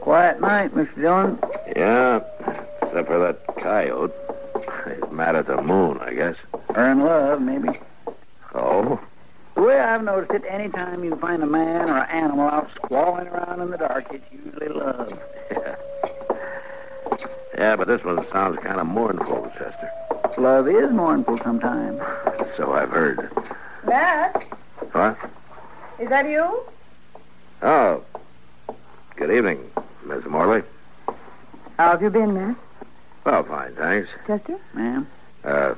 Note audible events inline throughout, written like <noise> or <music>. Quiet night, Mr. Dillon. Yeah, except for that coyote. He's mad at the moon, I guess. Or in love, maybe. Oh? The way I've noticed it, any time you find a man or an animal out squalling around in the dark, it's usually love. Yeah, but this one sounds kind of mournful, Chester. Love is mournful sometimes. So I've heard. Matt, What? is that you? Oh. Good evening, Miss Morley. How have you been, Matt? Well, fine, thanks. Chester? Ma'am, Uh,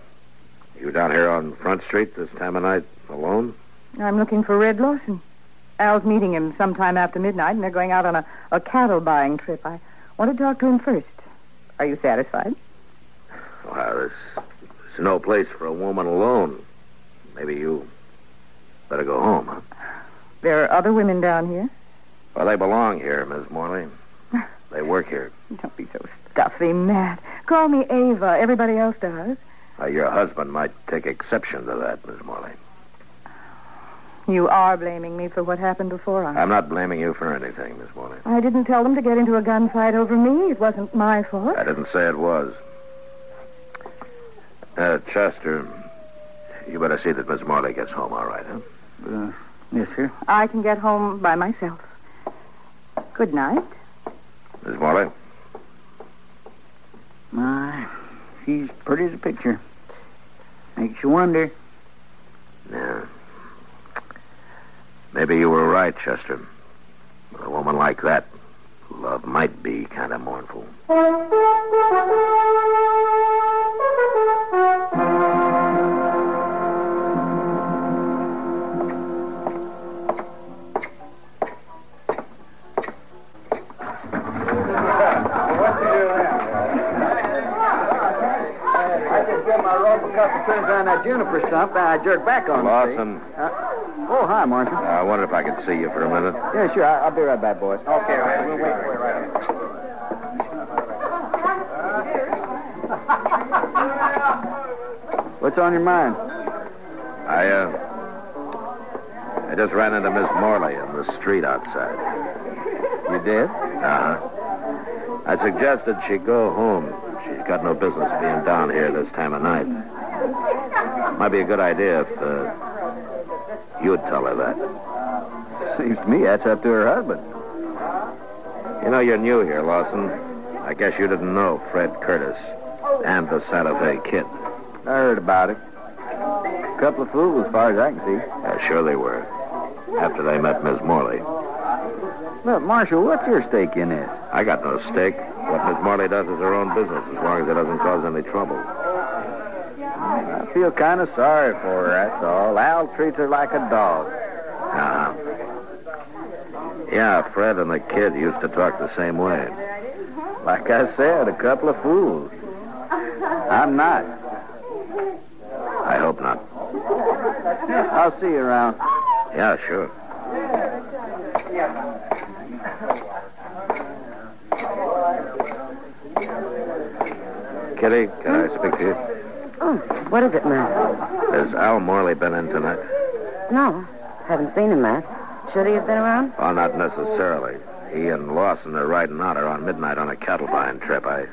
you down here on Front Street this time of night alone? I'm looking for Red Lawson. Al's meeting him sometime after midnight, and they're going out on a, a cattle buying trip. I want to talk to him first. Are you satisfied? Well, this, this is no place for a woman alone. Maybe you better go home, huh? There are other women down here. Well, they belong here, Miss Morley. They work here. Don't be so stuffy, Matt. Call me Ava. Everybody else does. Uh, your husband might take exception to that, Miss Morley. You are blaming me for what happened before I. I'm not blaming you for anything, Miss Morley. I didn't tell them to get into a gunfight over me. It wasn't my fault. I didn't say it was. Uh, Chester, you better see that Miss Morley gets home all right, huh? uh, yes, sir. I can get home by myself. Good night. Miss Morley? My, she's pretty as a picture. Makes you wonder. Yeah. Maybe you were right, Chester. With a woman like that, love might be kind of mournful. I just grabbed my rope a couple turns around that juniper stump, and I jerked back on Lawson, Oh, hi, Marshal. I wonder if I could see you for a minute. Yeah, sure. I- I'll be right back, boys. Okay, we'll wait for you <laughs> What's on your mind? I, uh. I just ran into Miss Morley in the street outside. You did? Uh huh. I suggested she go home. She's got no business being down here this time of night. Might be a good idea if, uh. You'd tell her that. Seems to me that's up to her husband. You know, you're new here, Lawson. I guess you didn't know Fred Curtis and the Santa Fe Kid. I heard about it. Couple of fools, as far as I can see. Yeah, Uh, sure they were. After they met Miss Morley. Look, Marshal, what's your stake in this? I got no stake. What Miss Morley does is her own business as long as it doesn't cause any trouble. I feel kind of sorry for her, Oh, that's all. Al treats her like a dog. Uh-huh. Yeah, Fred and the Kid used to talk the same way. Like I said, a couple of fools. I'm not. I hope not. I'll see you around. Yeah, sure. Kitty, can I speak to you? Oh, what is it, Matt? Has Al Morley been in tonight? No, haven't seen him, Matt. Should he have been around? Oh, not necessarily. He and Lawson are riding out around midnight on a cattle buying trip. I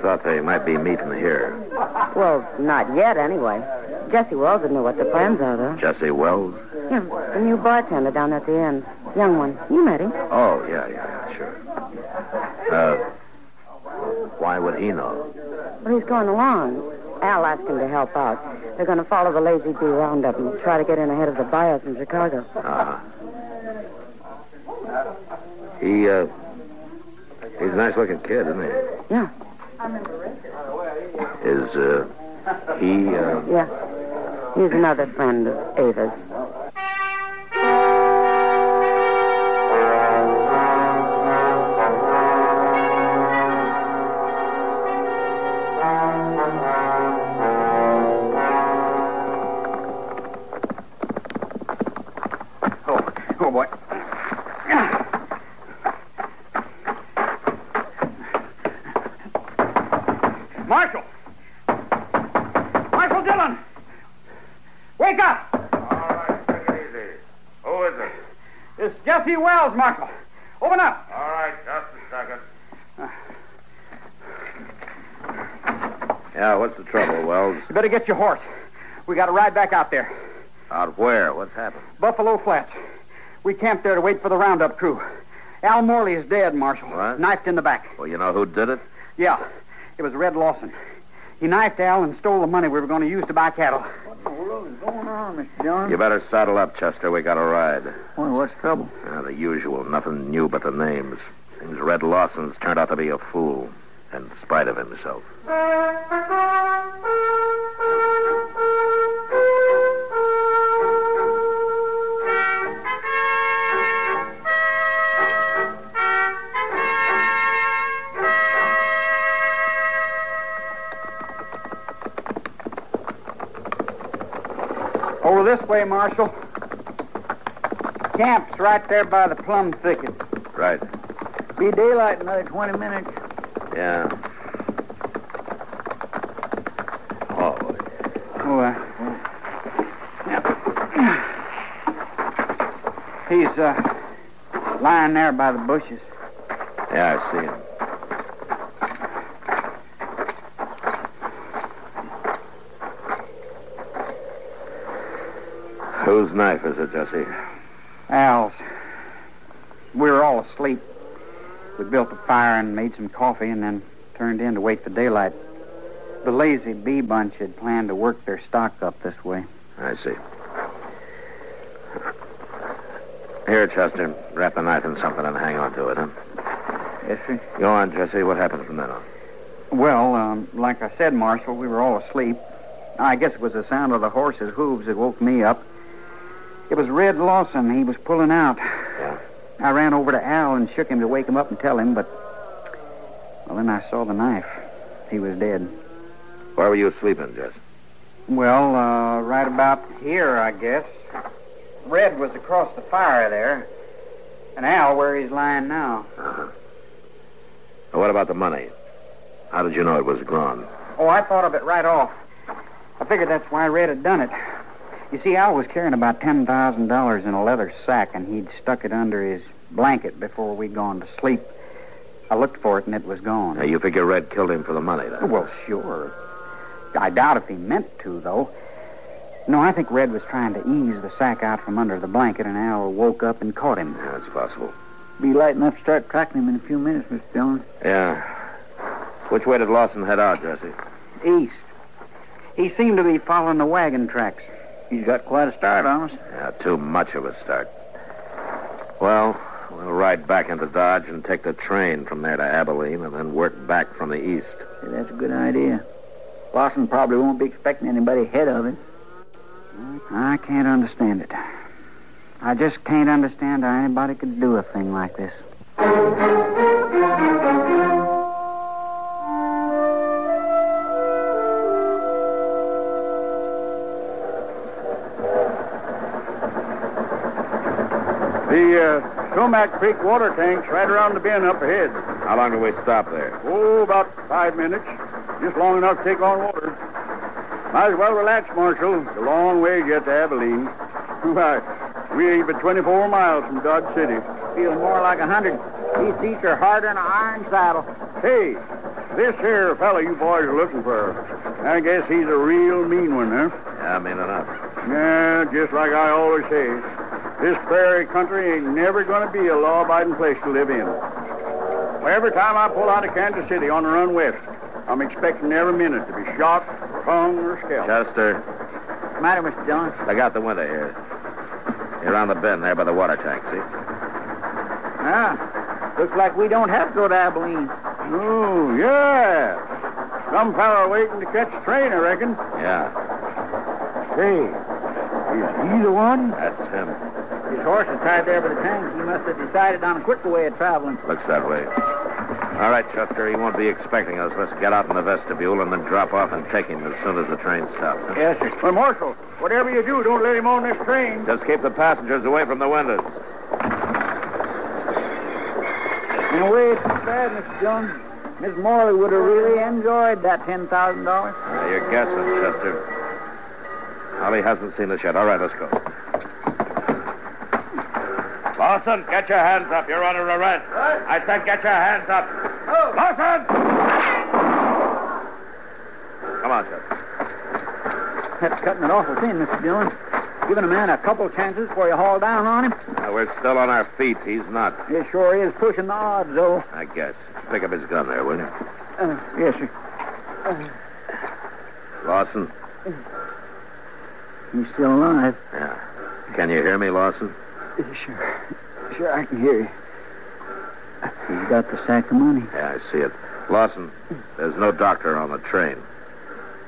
thought they might be meeting here. Well, not yet, anyway. Jesse Wells would know what the plans are, though. Jesse Wells? Yeah, the new bartender down at the end. Young one. You met him. Oh, yeah, yeah, yeah, sure. Uh, why would he know? Well, he's going along. Al asked him to help out. They're going to follow the Lazy Bee Roundup and try to get in ahead of the buyers from Chicago. Uh-huh. He, uh, he's a nice-looking kid, isn't he? Yeah, Is, uh, he, uh... yeah. He's another friend of Ava's. Oh, oh boy. Marshal! Marshal Dillon! Wake up! All right, take it easy. Who is it? It's Jesse Wells, Marshal. Open up. All right, just a second. Yeah, what's the trouble, Wells? You better get your horse. We got to ride back out there. Out where? What's happened? Buffalo Flats. We camped there to wait for the roundup crew. Al Morley is dead, Marshal. What? Knifed in the back. Well, you know who did it? Yeah. It was Red Lawson. He knifed Al and stole the money we were going to use to buy cattle. You better saddle up, Chester. We got a ride. what's the trouble? Ah, the usual, nothing new but the names. Seems Red Lawson's turned out to be a fool, in spite of himself. Over this way, Marshal. Camp's right there by the plum thicket. Right. Be daylight in another 20 minutes. Yeah. Oh, Oh, uh, yeah. He's uh, lying there by the bushes. yeah, I see him. Whose knife is it, Jesse? Al's. We were all asleep. We built a fire and made some coffee and then turned in to wait for daylight. The lazy bee bunch had planned to work their stock up this way. I see. Here, Chester, wrap the knife in something and hang on to it, huh? Yes, sir. Go on, Jesse. What happened from then on? Well, um, like I said, Marshal, we were all asleep. I guess it was the sound of the horse's hooves that woke me up. It was Red Lawson. He was pulling out. I ran over to Al and shook him to wake him up and tell him, but. Well, then I saw the knife. He was dead. Where were you sleeping, Jesse? Well, uh, right about here, I guess. Red was across the fire there, and Al where he's lying now. And What about the money? How did you know it was gone? Oh, I thought of it right off. I figured that's why Red had done it. You see, Al was carrying about ten thousand dollars in a leather sack, and he'd stuck it under his blanket before we'd gone to sleep. I looked for it, and it was gone. Now, you figure Red killed him for the money, then? Well, sure. I doubt if he meant to, though. No, I think Red was trying to ease the sack out from under the blanket, and Al woke up and caught him. Yeah, it's possible. Be light enough to start tracking him in a few minutes, Mr. Dillon. Yeah. Which way did Lawson head out, Jesse? East. He seemed to be following the wagon tracks. He's got quite a start on us. Yeah, too much of a start. Well, we'll ride back into Dodge and take the train from there to Abilene and then work back from the east. that's a good idea. Lawson probably won't be expecting anybody ahead of him. I can't understand it. I just can't understand how anybody could do a thing like this. The uh, Sumac Creek water tank's right around the bend up ahead. How long do we stop there? Oh, about five minutes. Just long enough to take on water. Might as well relax, Marshal. It's a long way yet to Abilene. Why, we're but 24 miles from Dodge City. Feels more like a hundred. These seats are harder than an iron saddle. Hey, this here fella you boys are looking for, I guess he's a real mean one, huh? Yeah, I mean enough. Yeah, just like I always say, this prairie country ain't never going to be a law-abiding place to live in. Well, every time I pull out of Kansas City on the run west, I'm expecting every minute to be shot, hung, or scalped. Chester, What's the matter, Mr. Dillon? look out the window here. You're on the bend there by the water tank, see? Ah, looks like we don't have to go to Abilene. Oh, yeah. Some fella waiting to catch the train, I reckon. Yeah, Hey, is he the one? that's him. His horse is tied there by the tank. He must have decided on a quicker way of traveling. Looks that way. All right, Chester, he won't be expecting us. Let's get out in the vestibule and then drop off and take him as soon as the train stops. huh? Yes, sir. Well, Marshal, whatever you do, don't let him on this train. Just keep the passengers away from the windows. In a way, it's too bad, Mr. Dillon. Miss Morley would have really enjoyed that $10,000. Now, you're guessing, Chester. Holly hasn't seen us yet. All right, let's go. Lawson, get your hands up. You're under arrest. I said get your hands up. Lawson! Come on, Chester. That's cutting it awful thin, Mr. Dillon. Giving a man a couple chances before you haul down on him, Now, we're still on our feet. He's not, it sure is pushing the odds, though. I guess. Pick up his gun there, will you? Uh, yes, sir. Lawson? He's still alive. Yeah. Can you hear me, Lawson? Sure. Sure, I can hear you. He's got the sack of money. Yeah, I see it. Lawson, there's no doctor on the train.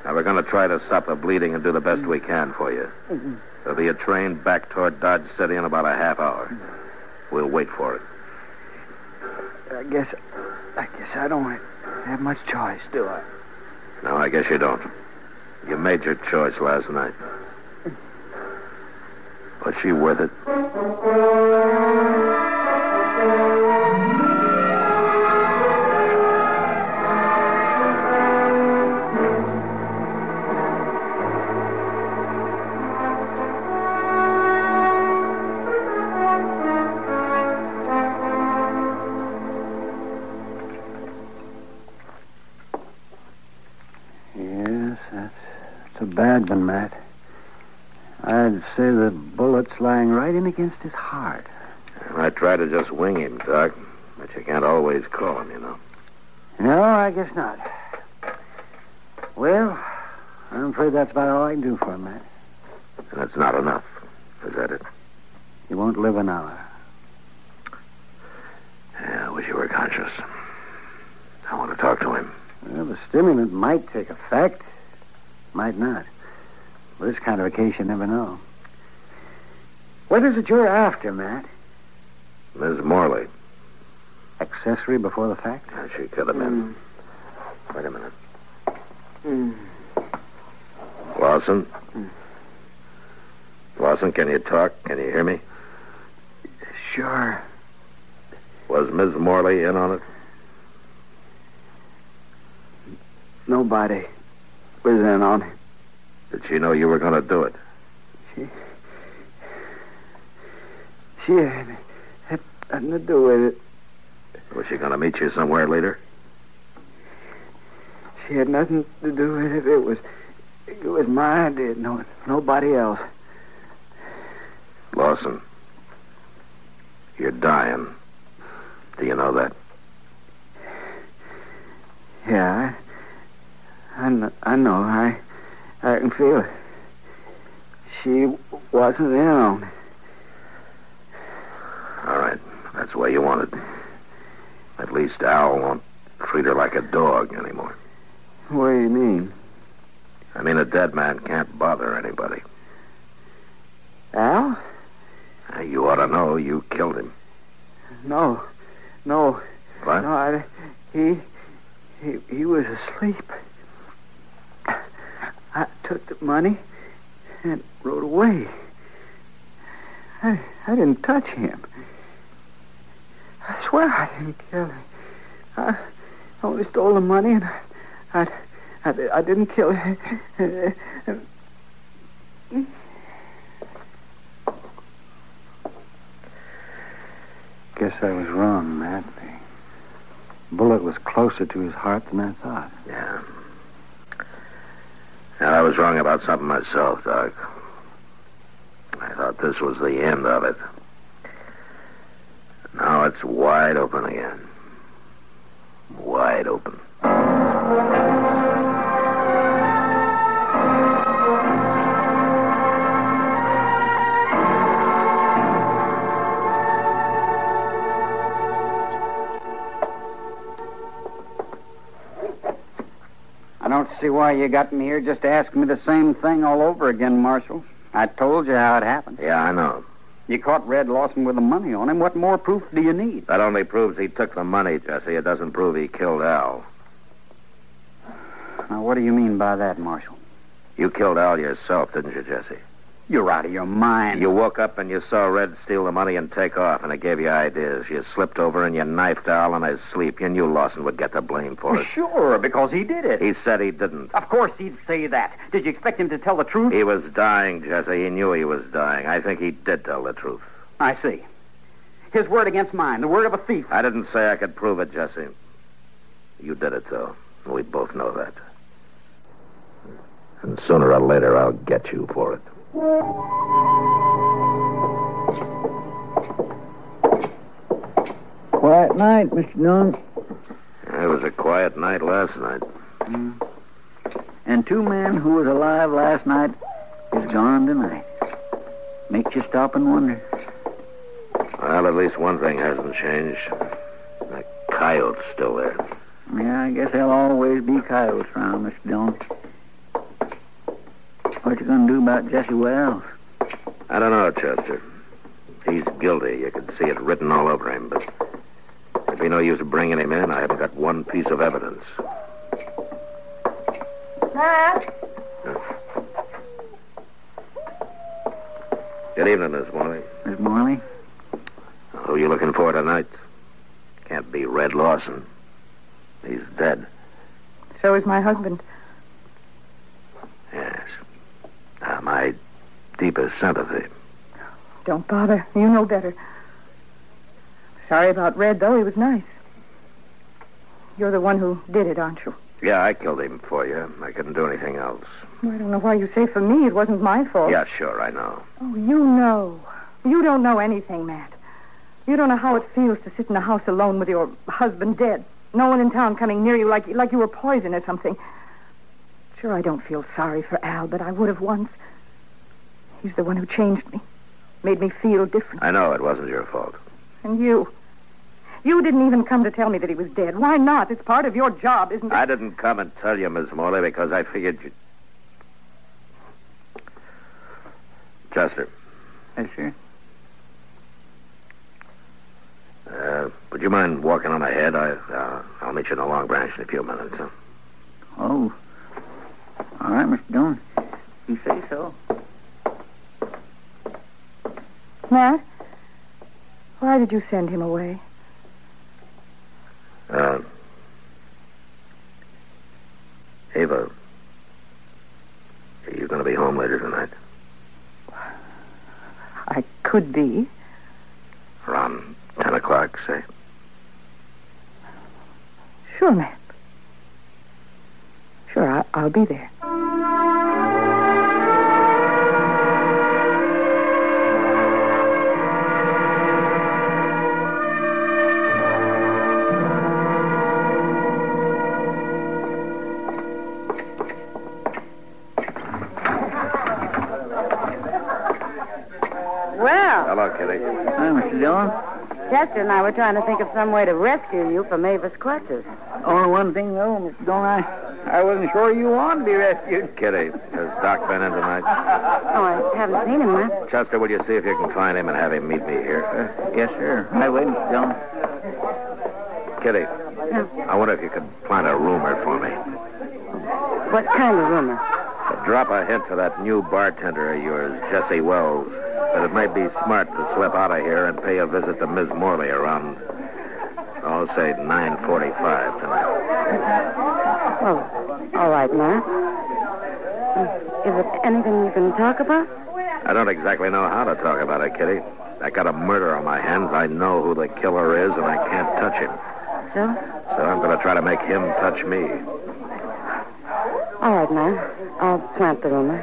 Now, we're going to try to stop the bleeding and do the best we can for you. There'll be a train back toward Dodge City in about a half hour. We'll wait for it. I guess. I guess I don't have much choice, do I? No, I guess you don't. You made your choice last night. Was she worth it? Yes, that's, that's a bad one, Matt. I'd say the bullet's lying right in against his heart. And I try to just wing him, Doc. But you can't always call him, you know. No, I guess not. Well, I'm afraid that's about all I can do for him, Matt. And it's not enough. Is that it? He won't live an hour. Yeah, I wish you were conscious. I want to talk to him. Well, the stimulant might take effect, might not. Well, this kind of a case, you never know. What is it you're after, Matt? Miss Morley. Accessory before the fact? Yeah, she could have been. Hmm. Wait a minute. Hmm. Lawson? Lawson, can you talk? Can you hear me? Sure. Was Miss Morley in on it? Nobody was in on it. Did she know you were going to do it? She had, had nothing to do with it. Was she going to meet you somewhere later? She had nothing to do with it. It was, it was my idea. No, nobody else. Lawson, you're dying. Do you know that? Yeah, I, I, kn- I know. I, I can feel it. She wasn't in on it. All right. That's the way you want it. At least Al won't treat her like a dog anymore. What do you mean? I mean, a dead man can't bother anybody. Al? Hey, You ought to know you killed him. No, no, What? no. I, he, he, he was asleep. I took the money and rode away. I, I didn't touch him. I swear I didn't kill him. I I only stole the money and I, I, I, di- I didn't kill him. Guess I was wrong, Matt. The bullet was closer to his heart than I thought. Yeah. And I was wrong about something myself, Doc. I thought this was the end of it. Now it's wide open again. Wide open. I don't see why you got me here just to ask me the same thing all over again, Marshal. I told you how it happened. Yeah, I know. You caught Red Lawson with the money on him. What more proof do you need? That only proves he took the money, Jesse. It doesn't prove he killed Al. Now, what do you mean by that, Marshal? You killed Al yourself, didn't you, Jesse? You're out of your mind. You woke up and you saw Red steal the money and take off, and it gave you ideas. You slipped over and you knifed Al in his sleep. You knew Lawson would get the blame for Well, <laughs> it. sure, because he did it. He said he didn't. Of course he'd say that. Did you expect him to tell the truth? He was dying, Jesse. He knew he was dying. I think he did tell the truth. I see. His word against mine, the word of a thief. I didn't say I could prove it, Jesse. You did it, though. We both know that. And sooner or later, I'll get you for it. Quiet night, Mr. Dunn. It was a quiet night last night. And two men who was alive last night is gone tonight. Makes you stop and wonder. Well, at least one thing hasn't changed. The coyote's still there. Yeah, I guess there'll always be coyotes around, Mr. Dillon. What you gonna do about Jesse Wells? I don't know, Chester. He's guilty. You can see it written all over him, but it'd be no use bringing him in. I haven't got one piece of evidence. Matt? Good evening, Miss Morley. Miss Morley? Who you looking for tonight? Can't be Red Lawson. He's dead. So is my husband. Yes. Uh, my deepest sympathy. Don't bother. You know better. Sorry about Red, though. He was nice. You're the one who did it, aren't you? Yeah, I killed him for you. I couldn't do anything else. I don't know why you say for me it wasn't my fault. Yeah, sure, I know. Oh, you know. You don't know anything, Matt. You don't know how it feels to sit in a house alone with your husband dead. No one in town coming near you like, like you were poison or something. Sure, I don't feel sorry for Al, but I would have once. He's the one who changed me, made me feel different. I know it wasn't your fault. And you. You didn't even come to tell me that he was dead. Why not? It's part of your job, isn't it? I didn't come and tell you, Miss Morley, because I figured you. Chester, Yes, sir. uh, would you mind walking on ahead? I, uh, I'll meet you in the Long Branch in a few minutes. huh? Oh. All right, Mr. Dillon. You say so. Matt? Why did you send him away? Uh, Ava, you're going to be home later tonight. I could be. Around 10 o'clock, say. Sure, Matt. Sure, I- I'll be there. Well, Hello, Kitty. Hi, Mr. Dillon. Chester and I were trying to think of some way to rescue you from Mavis clutches. Only one thing, though, Mr. Dillon, I, I wasn't sure you wanted to be rescued. Kitty, has Doc been in tonight? Oh, I haven't seen him, Matt. Chester, will you see if you can find him and have him meet me here? Uh, Yes, sir. I will, Mr. Dillon. Kitty, I wonder if you could plant a rumor for me. What kind of rumor? Drop a hint to that new bartender of yours, Jesse Wells, that it may be smart to slip out of here and pay a visit to Miss Morley around Oh, say 9.45 tonight. Well, all right, Matt. Uh, Is it anything you can talk about? I don't exactly know how to talk about it, Kitty. I got a murder on my hands. I know who the killer is, and I can't touch him. So? So I'm going to try to make him touch me. All right, Matt. I'll plant the rumor.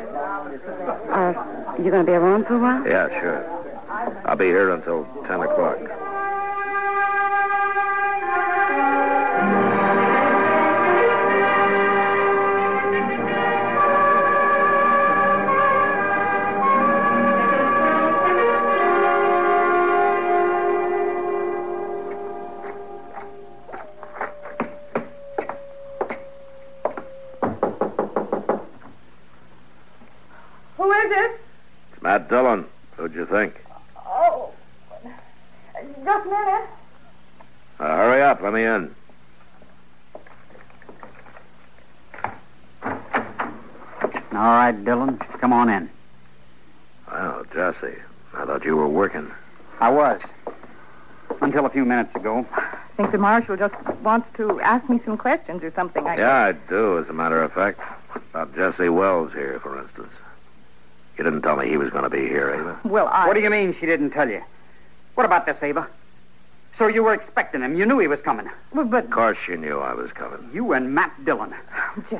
Uh, you going to be around for a while? Yeah, sure. I'll be here until 10 o'clock. Who is it? It's Matt Dillon. Who'd you think? Oh, just a minute. Uh, hurry up. Let me in. All right, Dillon, come on in. Well, Jesse, I thought you were working. I was. Until a few minutes ago. Think the marshal just wants to ask me some questions or something. I Yeah, I do, as a matter of fact. About Jesse Wells here, for instance. You didn't tell me he was going to be here either. Well, I. What do you mean she didn't tell you? What about this, Ava? So you were expecting him. You knew he was coming. Well, but Of course you knew I was coming. You and Matt Dillon.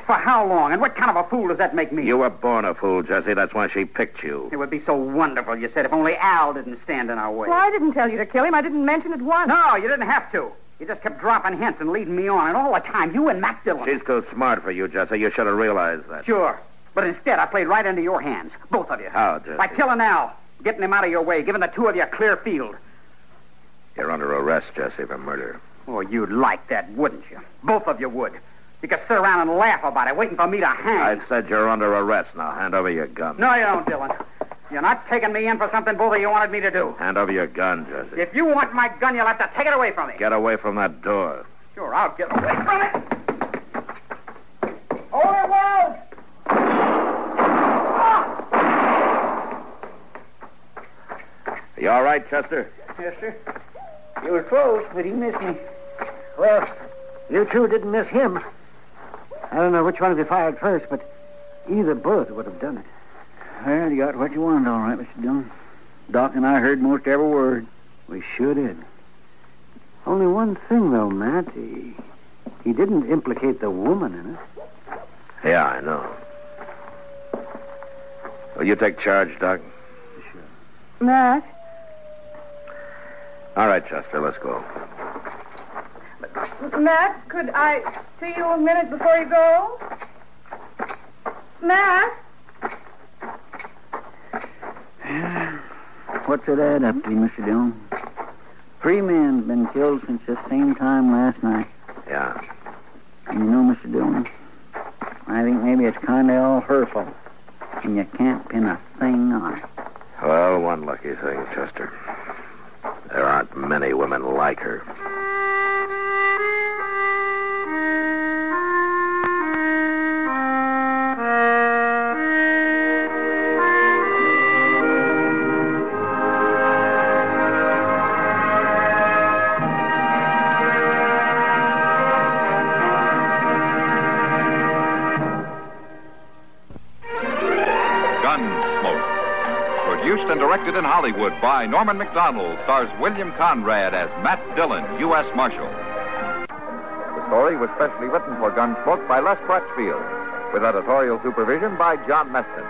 For how long? And what kind of a fool does that make me? You were born a fool, Jesse. That's why she picked you. It would be so wonderful, you said, if only Al didn't stand in our way. Well, I didn't tell you to kill him. I didn't mention it once. No, you didn't have to. You just kept dropping hints and leading me on, and all the time, you and Matt Dillon. She's too smart for you, Jesse. You should have realized that. Sure. But instead, I played right into your hands, both of you. How, Jesse? By killing Al, getting him out of your way, giving the two of you a clear field. You're under arrest, Jesse, for murder. Oh, you'd like that, wouldn't you? Both of you would. You could sit around and laugh about it, waiting for me to hang. I said you're under arrest. Now hand over your gun. No, you don't, Dillon. You're not taking me in for something both of you wanted me to do. Hand over your gun, Jesse. If you want my gun, you'll have to take it away from me. Get away from that door. Sure, I'll get away from it. Hold it, Wells! You all right, Chester? Yes, sir. You were close, but he missed me. Well, you two didn't miss him. I don't know which one of you fired first, but either bullet would have done it. Well, you got what you wanted, all right, Mr. Dillon. Doc and I heard most every word. We sure did. Only one thing, though, Matt. He, he didn't implicate the woman in it. Yeah, I know. Will you take charge, Doc? Matt, All right, Chester, let's go. Matt, could I see you a minute before you go? Matt? What's it add up to, Mr. Dillon? Three men have been killed since this same time last night. Yeah. And you know, Mr. Dillon, I think maybe it's kind of all her fault. And you can't pin a thing on her. Well, one lucky thing, Chester. There aren't many women like her. Gunsmoke. Produced and directed in Hollywood by Norman McDonald, stars William Conrad as Matt Dillon, U.S. Marshal. The story was specially written for Gunsmoke by Les Crutchfield, with editorial supervision by John Meston.